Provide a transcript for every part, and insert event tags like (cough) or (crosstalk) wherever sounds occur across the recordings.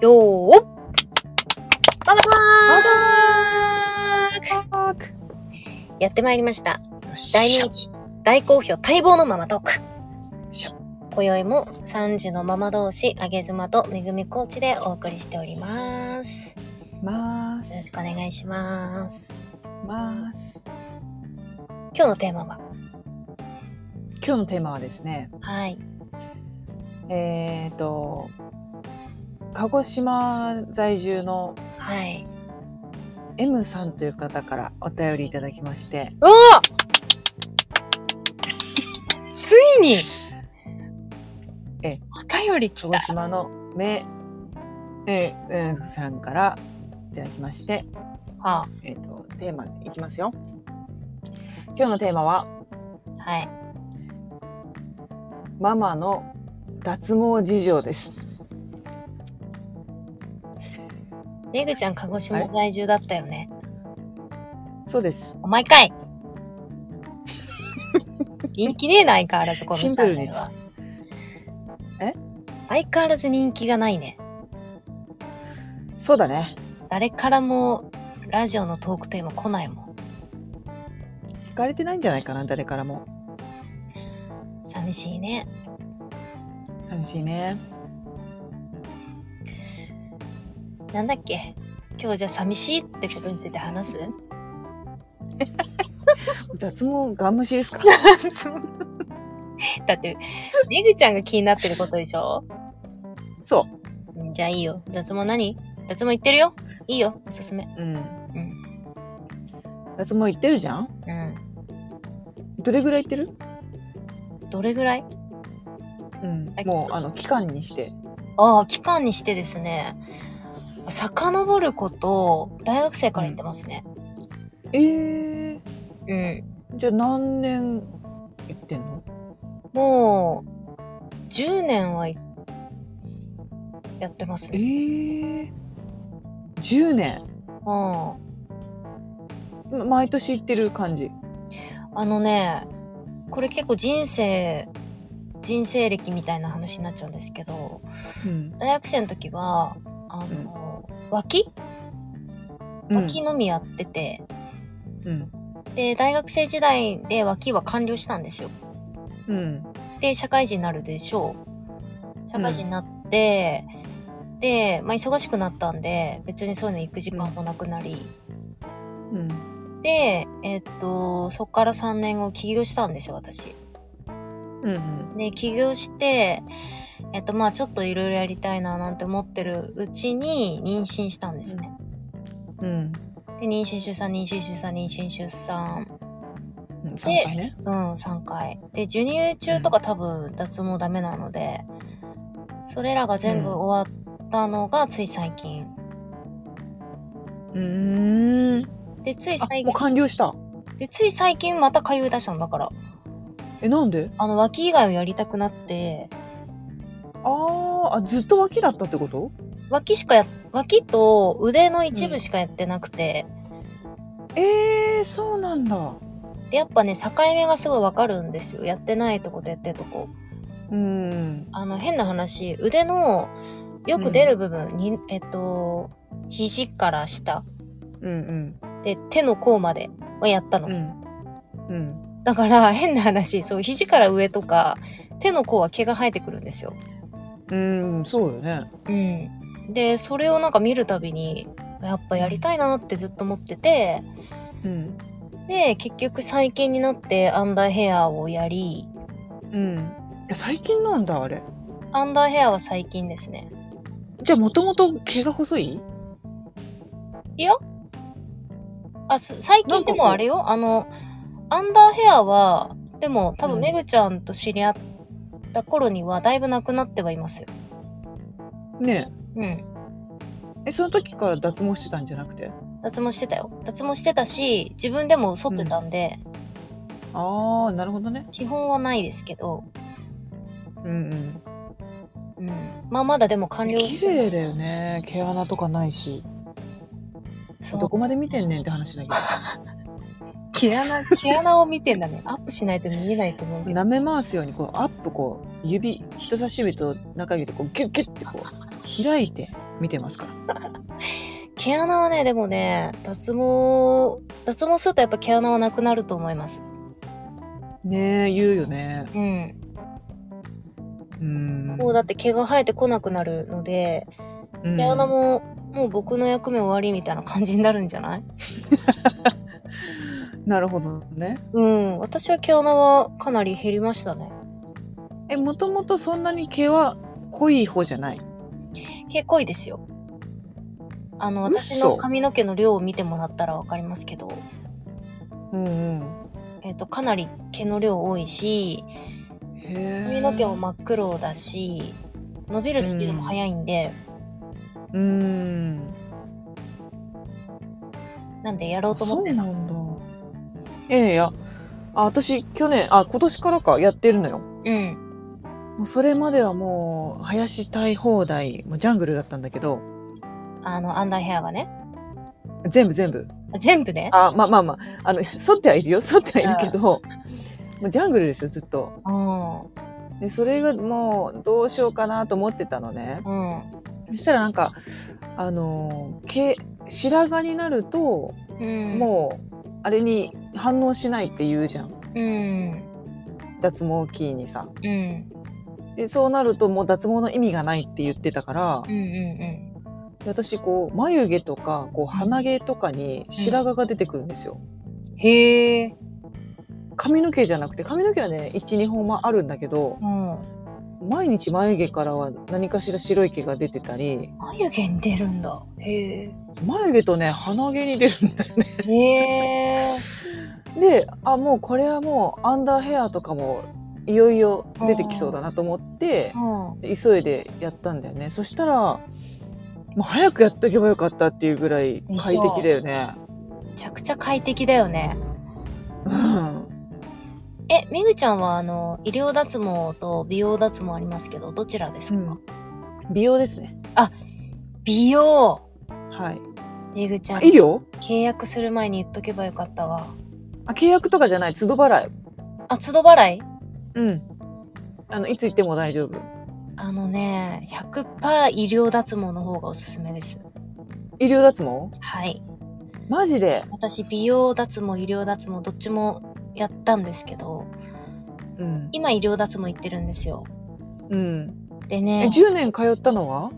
よーっマママさザークんやってまいりました。よっ大しゃ人気、大好評、待望のママトーク。今宵も3時のママ同士、あげずまとめぐみコーチでお送りしております。よまーろしすくお。願いします。まーす。今日のテーマは今日のテーマはですね、はい。えーと、鹿児島在住のはい。 M さんという方からお便りいただきまして、うおついにえお便り来鹿児島のめ、えー、うんさんからいただきまして、はえーと、テーマいきますよ。今日のテーマは、あ、はい。ママの脱毛事情です。めぐちゃん、鹿児島在住だったよね。そうです。お前かい人気ねえな、相変わらず、このチシンプャンルネにルは。え相変わらず人気がないね。そうだね。誰からもラジオのトークテーマ来ないもん。聞かれてないんじゃないかな、誰からも。寂しいね。寂しいね。なんだっけ今日じゃあ寂しいってことについて話す (laughs) 脱毛ガン虫ですかだって、めぐちゃんが気になってることでしょ (laughs) そうんじゃあいいよ。脱毛何脱毛言ってるよ。いいよ。おすすめ。う。うん。うん。脱毛行ってるじゃんうどれぐらい行ってるん。どれぐらいうんはい。もう、あの、期間にして。ああ、期間にしてですね、遡ること、大学生から言ってますね。ええうん。じゃあ何年行ってんのもう、10年はい、やってますね。ええ10年。うん。ま毎年行ってる感じ。あのね、これ結構人生、人生歴みたいな話になっちゃうんですけど、うん。大学生の時は、あの、脇脇のみやってて、うん。で、大学生時代で脇は完了したんですよ。うん。で社会人になるでしょう社会人になって、で、まあ、忙しくなったんで別にそういうの行く時間もなくなり、うん。でえっとそっから3年後起業したんですよ私うん。うん。で起業してえっとまあちょっといろいろやりたいななんて思ってるうちに妊娠したんですね、うん。で妊娠出産妊娠出産妊娠出産うん。3回ね。うん3回で授乳中とか多分脱毛ダメなのでそれらが全部うん終わったのがつい最近うーん。で、ついあ、最もう近、完了した。で、つい最近また通い出したんだから。え、なんであの、脇以外をやりたくなって、あーあ、ずっと脇だったってこと脇しかや、脇と腕の一部しかやってなくて、ええー、そうなんだ。で、やっぱね、境目がすごいわかるんですよ。やってないとことやってるとこ。うん。あの、変な話、腕のよく出る部分に、えっと、肘から下、うんで、手の甲までをやったうの。ん。うん。うん。だから、変な話、そう、肘から上とか、手の甲は毛が生えてくるんですよ。うん、そうよね。うん、でそれをなんか見るたびにやっぱやりたいなってずっと思っててうん。で結局最近になってアンダーヘアをやりうん。いや最近なんだ、あれ。アンダーヘアは最近ですねじゃあ、もともと毛が細いあす最近でもあれよあのアンダーヘアはでも多う分んめぐちゃんと知り合った頃にはだいぶなくなってはいますよねうんえ。え、その時から脱毛してたんじゃなくて脱毛してたよ脱毛してたし自分でも剃ってたんで、ああ、なるほどね。基本はないですけど、うんうん。うん、まあまだでも完了綺麗だよね。毛穴とかないし。そうどこまで見てんねんって話だけ毛 (laughs) 穴、毛穴を見てんだね。アップしないと見えないと思うけど。ど。舐め回すように、こう、アップ、こう、指、人差し指と中指で、こう、ギュッギュッってこう、開いて、見てますから。毛穴はね、でもね、脱毛、脱毛するとやっぱ毛穴はなくなると思います。ねえ、言うよね。うん。うん。もうだって毛が生えてこなくなるので、うん毛穴も、もう僕の役目終わりみたいな感じになるんじゃないなるほどね。うん。私は毛穴はかなり減りましたね。え、もともとそんなに毛は濃い方じゃない。毛濃いですよ。あの、私嘘の髪の毛の量を見てもらったらわかりますけど、うんうん。えっ、と、かなり毛の量多いし、へえ。髪の毛も真っ黒だし、伸びるスピードも速いんで、うん。なんでやろうと思ってそうなんだ。ええいや、あ、私、去年、あ、今年からかやってるのよ。うん。もうそれまではもう、林たい放題、もうジャングルだったんだけど、あの、アンダーヘアがね。全部全部。全部ね。あ、まあまあまあ、あの、剃ってはいるよ。剃ってはいるけど、もうジャングルですよ、ずっと。うん。うん。で、それがもう、どうしようかなと思ってたのね。そしたらなんか、あの、毛、白髪になると、うん。もう、あれに反応しないって言うじゃん。う。うん。脱毛キーにさ。うん。うんで、そうなるともう脱毛の意味がないって言ってたからうん、うん。私こう、眉毛とか、こう、鼻毛とかに白髪が出てくるんですよ。へえ。髪の毛じゃなくて、髪の毛はね、1、2本はあるんだけど、うん。毎日眉毛からは何かしら白い毛が出てたり、眉毛に出るんだ。へえ。眉毛とね、鼻毛に出るんだよね。へえ。で、あ、もうこれはもうアンダーヘアとかもいよいよ出てきそうだなと思ってう、ん。急いでやったんだよね。そしたら、もう早くやっとけばよかったっていうぐらいでし快ょ適だよね。めちゃくちゃ快適だよね。うん。え、めぐちゃんはあの、医療脱毛と美容脱毛ありますけど、どちらですか、うん美容ですね。美容はい。めぐちゃんあ、いいよ。契約する前に言っとけばよかったわ。あ、契約とかじゃない、都度払い。あ、都度払いうん。あの、いつ行っても大丈夫。あのね、100%医療脱毛の方がおすすめです。医療脱毛はい。マジで。私、美容脱毛、医療脱毛、どっちもやったんですけど、うん。今医療脱毛行ってるんですよ。うん。でえ、ね、 10年通ったのは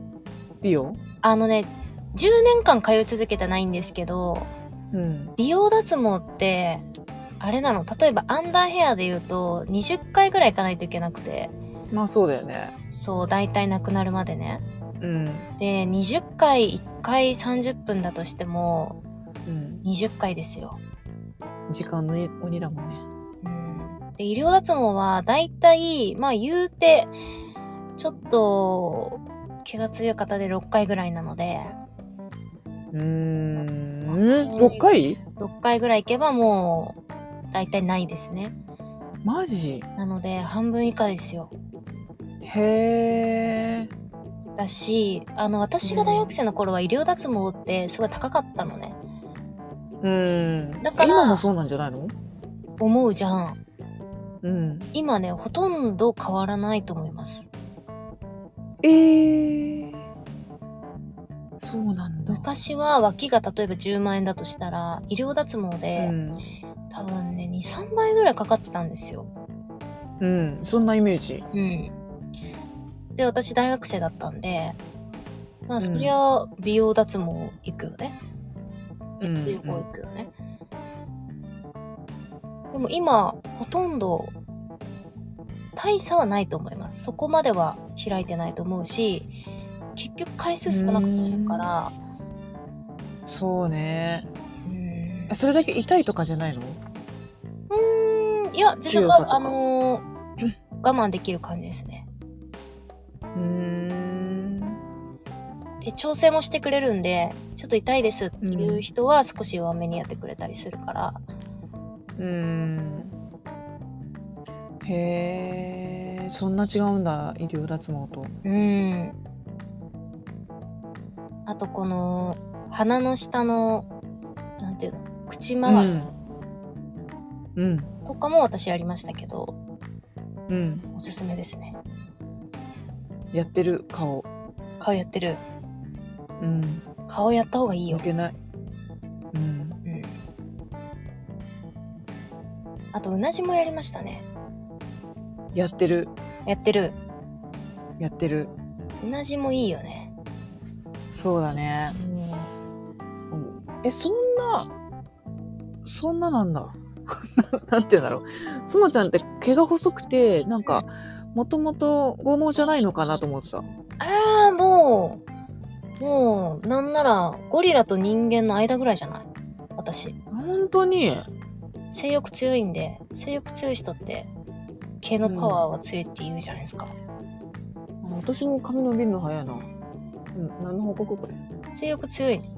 美容あのね、10年間通い続けてないんですけど、うん。美容脱毛って、あれなの例えばアンダーヘアで言うと、20回ぐらい行かないといけなくて、まあそうだよね。そう、大体なくなるまでね。うん。で、20回、1回30分だとしても、うん。 20回ですよ。時間の鬼だもんね。うんで、医療脱毛は、だいたい、まあ言うて、ちょっと、毛が強い方で6回ぐらいなので、うーん。6回6回ぐらい行けばもう、だいたいないですね。マジなので、半分以下ですよ。へー。だし、あの、私が大学生の頃は医療脱毛ってすごい高かったのね。うん。だから今もそうなんじゃないの思うじゃん。うん。今ね、ほとんど変わらないと思います。えー。そうなんだ。昔は脇が例えば10万円だとしたら、医療脱毛うで、ん。多分ね、2、3倍ぐらいかかってたんですよ。うん。そんなイメージ。うん。で、私大学生だったんで、まあ、んそりゃ、美容脱毛行くよね。うん一応行くよね。でも今、ほとんど、大差はないと思います。そこまでは開いてないと思うし、結局回数少なくて済むから、そうね。うんえ。それだけ痛いとかじゃないのうーん、いや、全然強さとが、かあの (clears throat) ー我慢できる感じですね。うーん。で、調整もしてくれるんで、ちょっと痛いですっていう人は少し弱めにやってくれたりするから、うん。へー。そんな違うんだ、医療脱毛と。うん。あと、この、鼻の下の、なんていうの、口周りうん。うん。とかも私やりましたけど、うん。おすすめですね。やってる顔。顔やってる。うん。顔やった方がいいよ抜。けない。うん。うん。あと、うなじもやりましたね。やってる。やってる。やってる。うなじもいいよね。そうだね。うん。うんえ、そんな、そんななんだ。 (laughs) なんて言うんだろう。つもちゃんって毛が細くて、なんか、もともと剛毛じゃないのかなと思ってた。ああ、もう、もう、なんなら、ゴリラと人間の間ぐらいじゃない私。本当に。性欲強いんで、性欲強い人って、毛のパワーは強いって言うじゃないですか。私も髪伸びるの早いな。うん、何の報告これ。性欲強いね。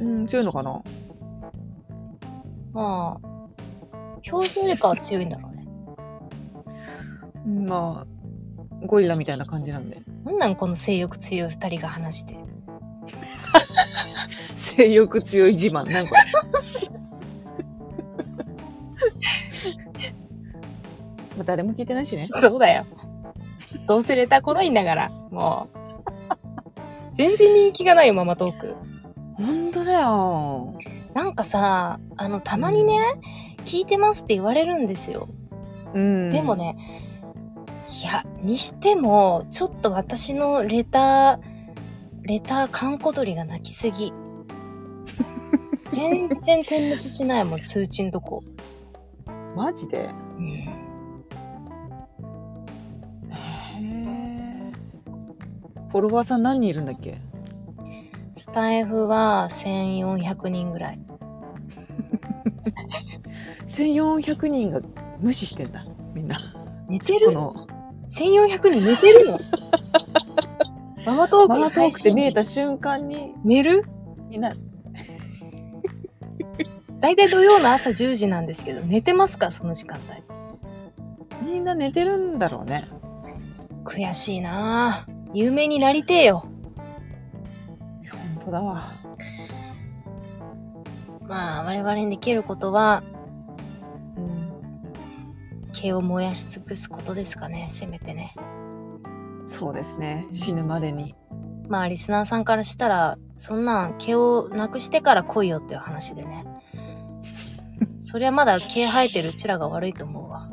うん、強いのかなまあ、標準よりかは強いんだろうね。うんまあ、ゴリラみたいな感じなんで。なんなんこの性欲強い二人が話して。性欲強い自慢。なんか。 (laughs) まあ誰も聞いてないしね。そうだよ。どうせレター来ないんだから、もう。全然人気がないよ、ママトーク。ほんとだよ。なんかさ、あの、たまにね、聞いてますって言われるんですよ。うん。でも。ね、いや、にしても、ちょっと私のレター、レター観光鳥が泣きす (laughs) ぎ。全然点滅しないもん、通知んとこ。マジでうん。フォロワーさん何人いるんだっけスタイフは1400人ぐらい。 ?1400 人が無視してんだ。みんな。寝てこるの、 1400人寝てる (laughs) のママトークマのナトー配クって信見えた瞬間に、寝るみんな、だいたい土曜の朝10時なんですけど寝てますかその時間帯みんな寝てるんだろうね。悔しいなぁ有名になりてえよいやほんとだわ。まあ我々にできることはうん。毛を燃やし尽くすことですかねせめてねそうですね。死ぬまでに。まあリスナーさんからしたらそんなん毛をなくしてから来いよっていう話でねそりゃまだ毛生えてるうちらが悪いと思うわ、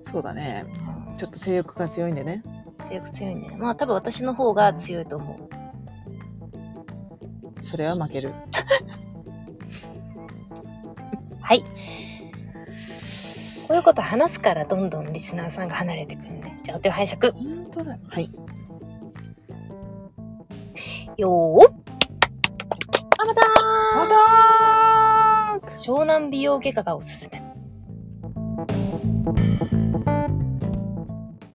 そうだね。うんちょっと性欲が強いんでね。性欲強いんでねまあ多分私の方が強いと思うそれは負ける。はい。こういうこと話すからどんどんリスナーさんが離れてくるね。じゃあお手を拝借。本当だ。はい。よーっあ、またーまたー湘南美容外科がおすすめ。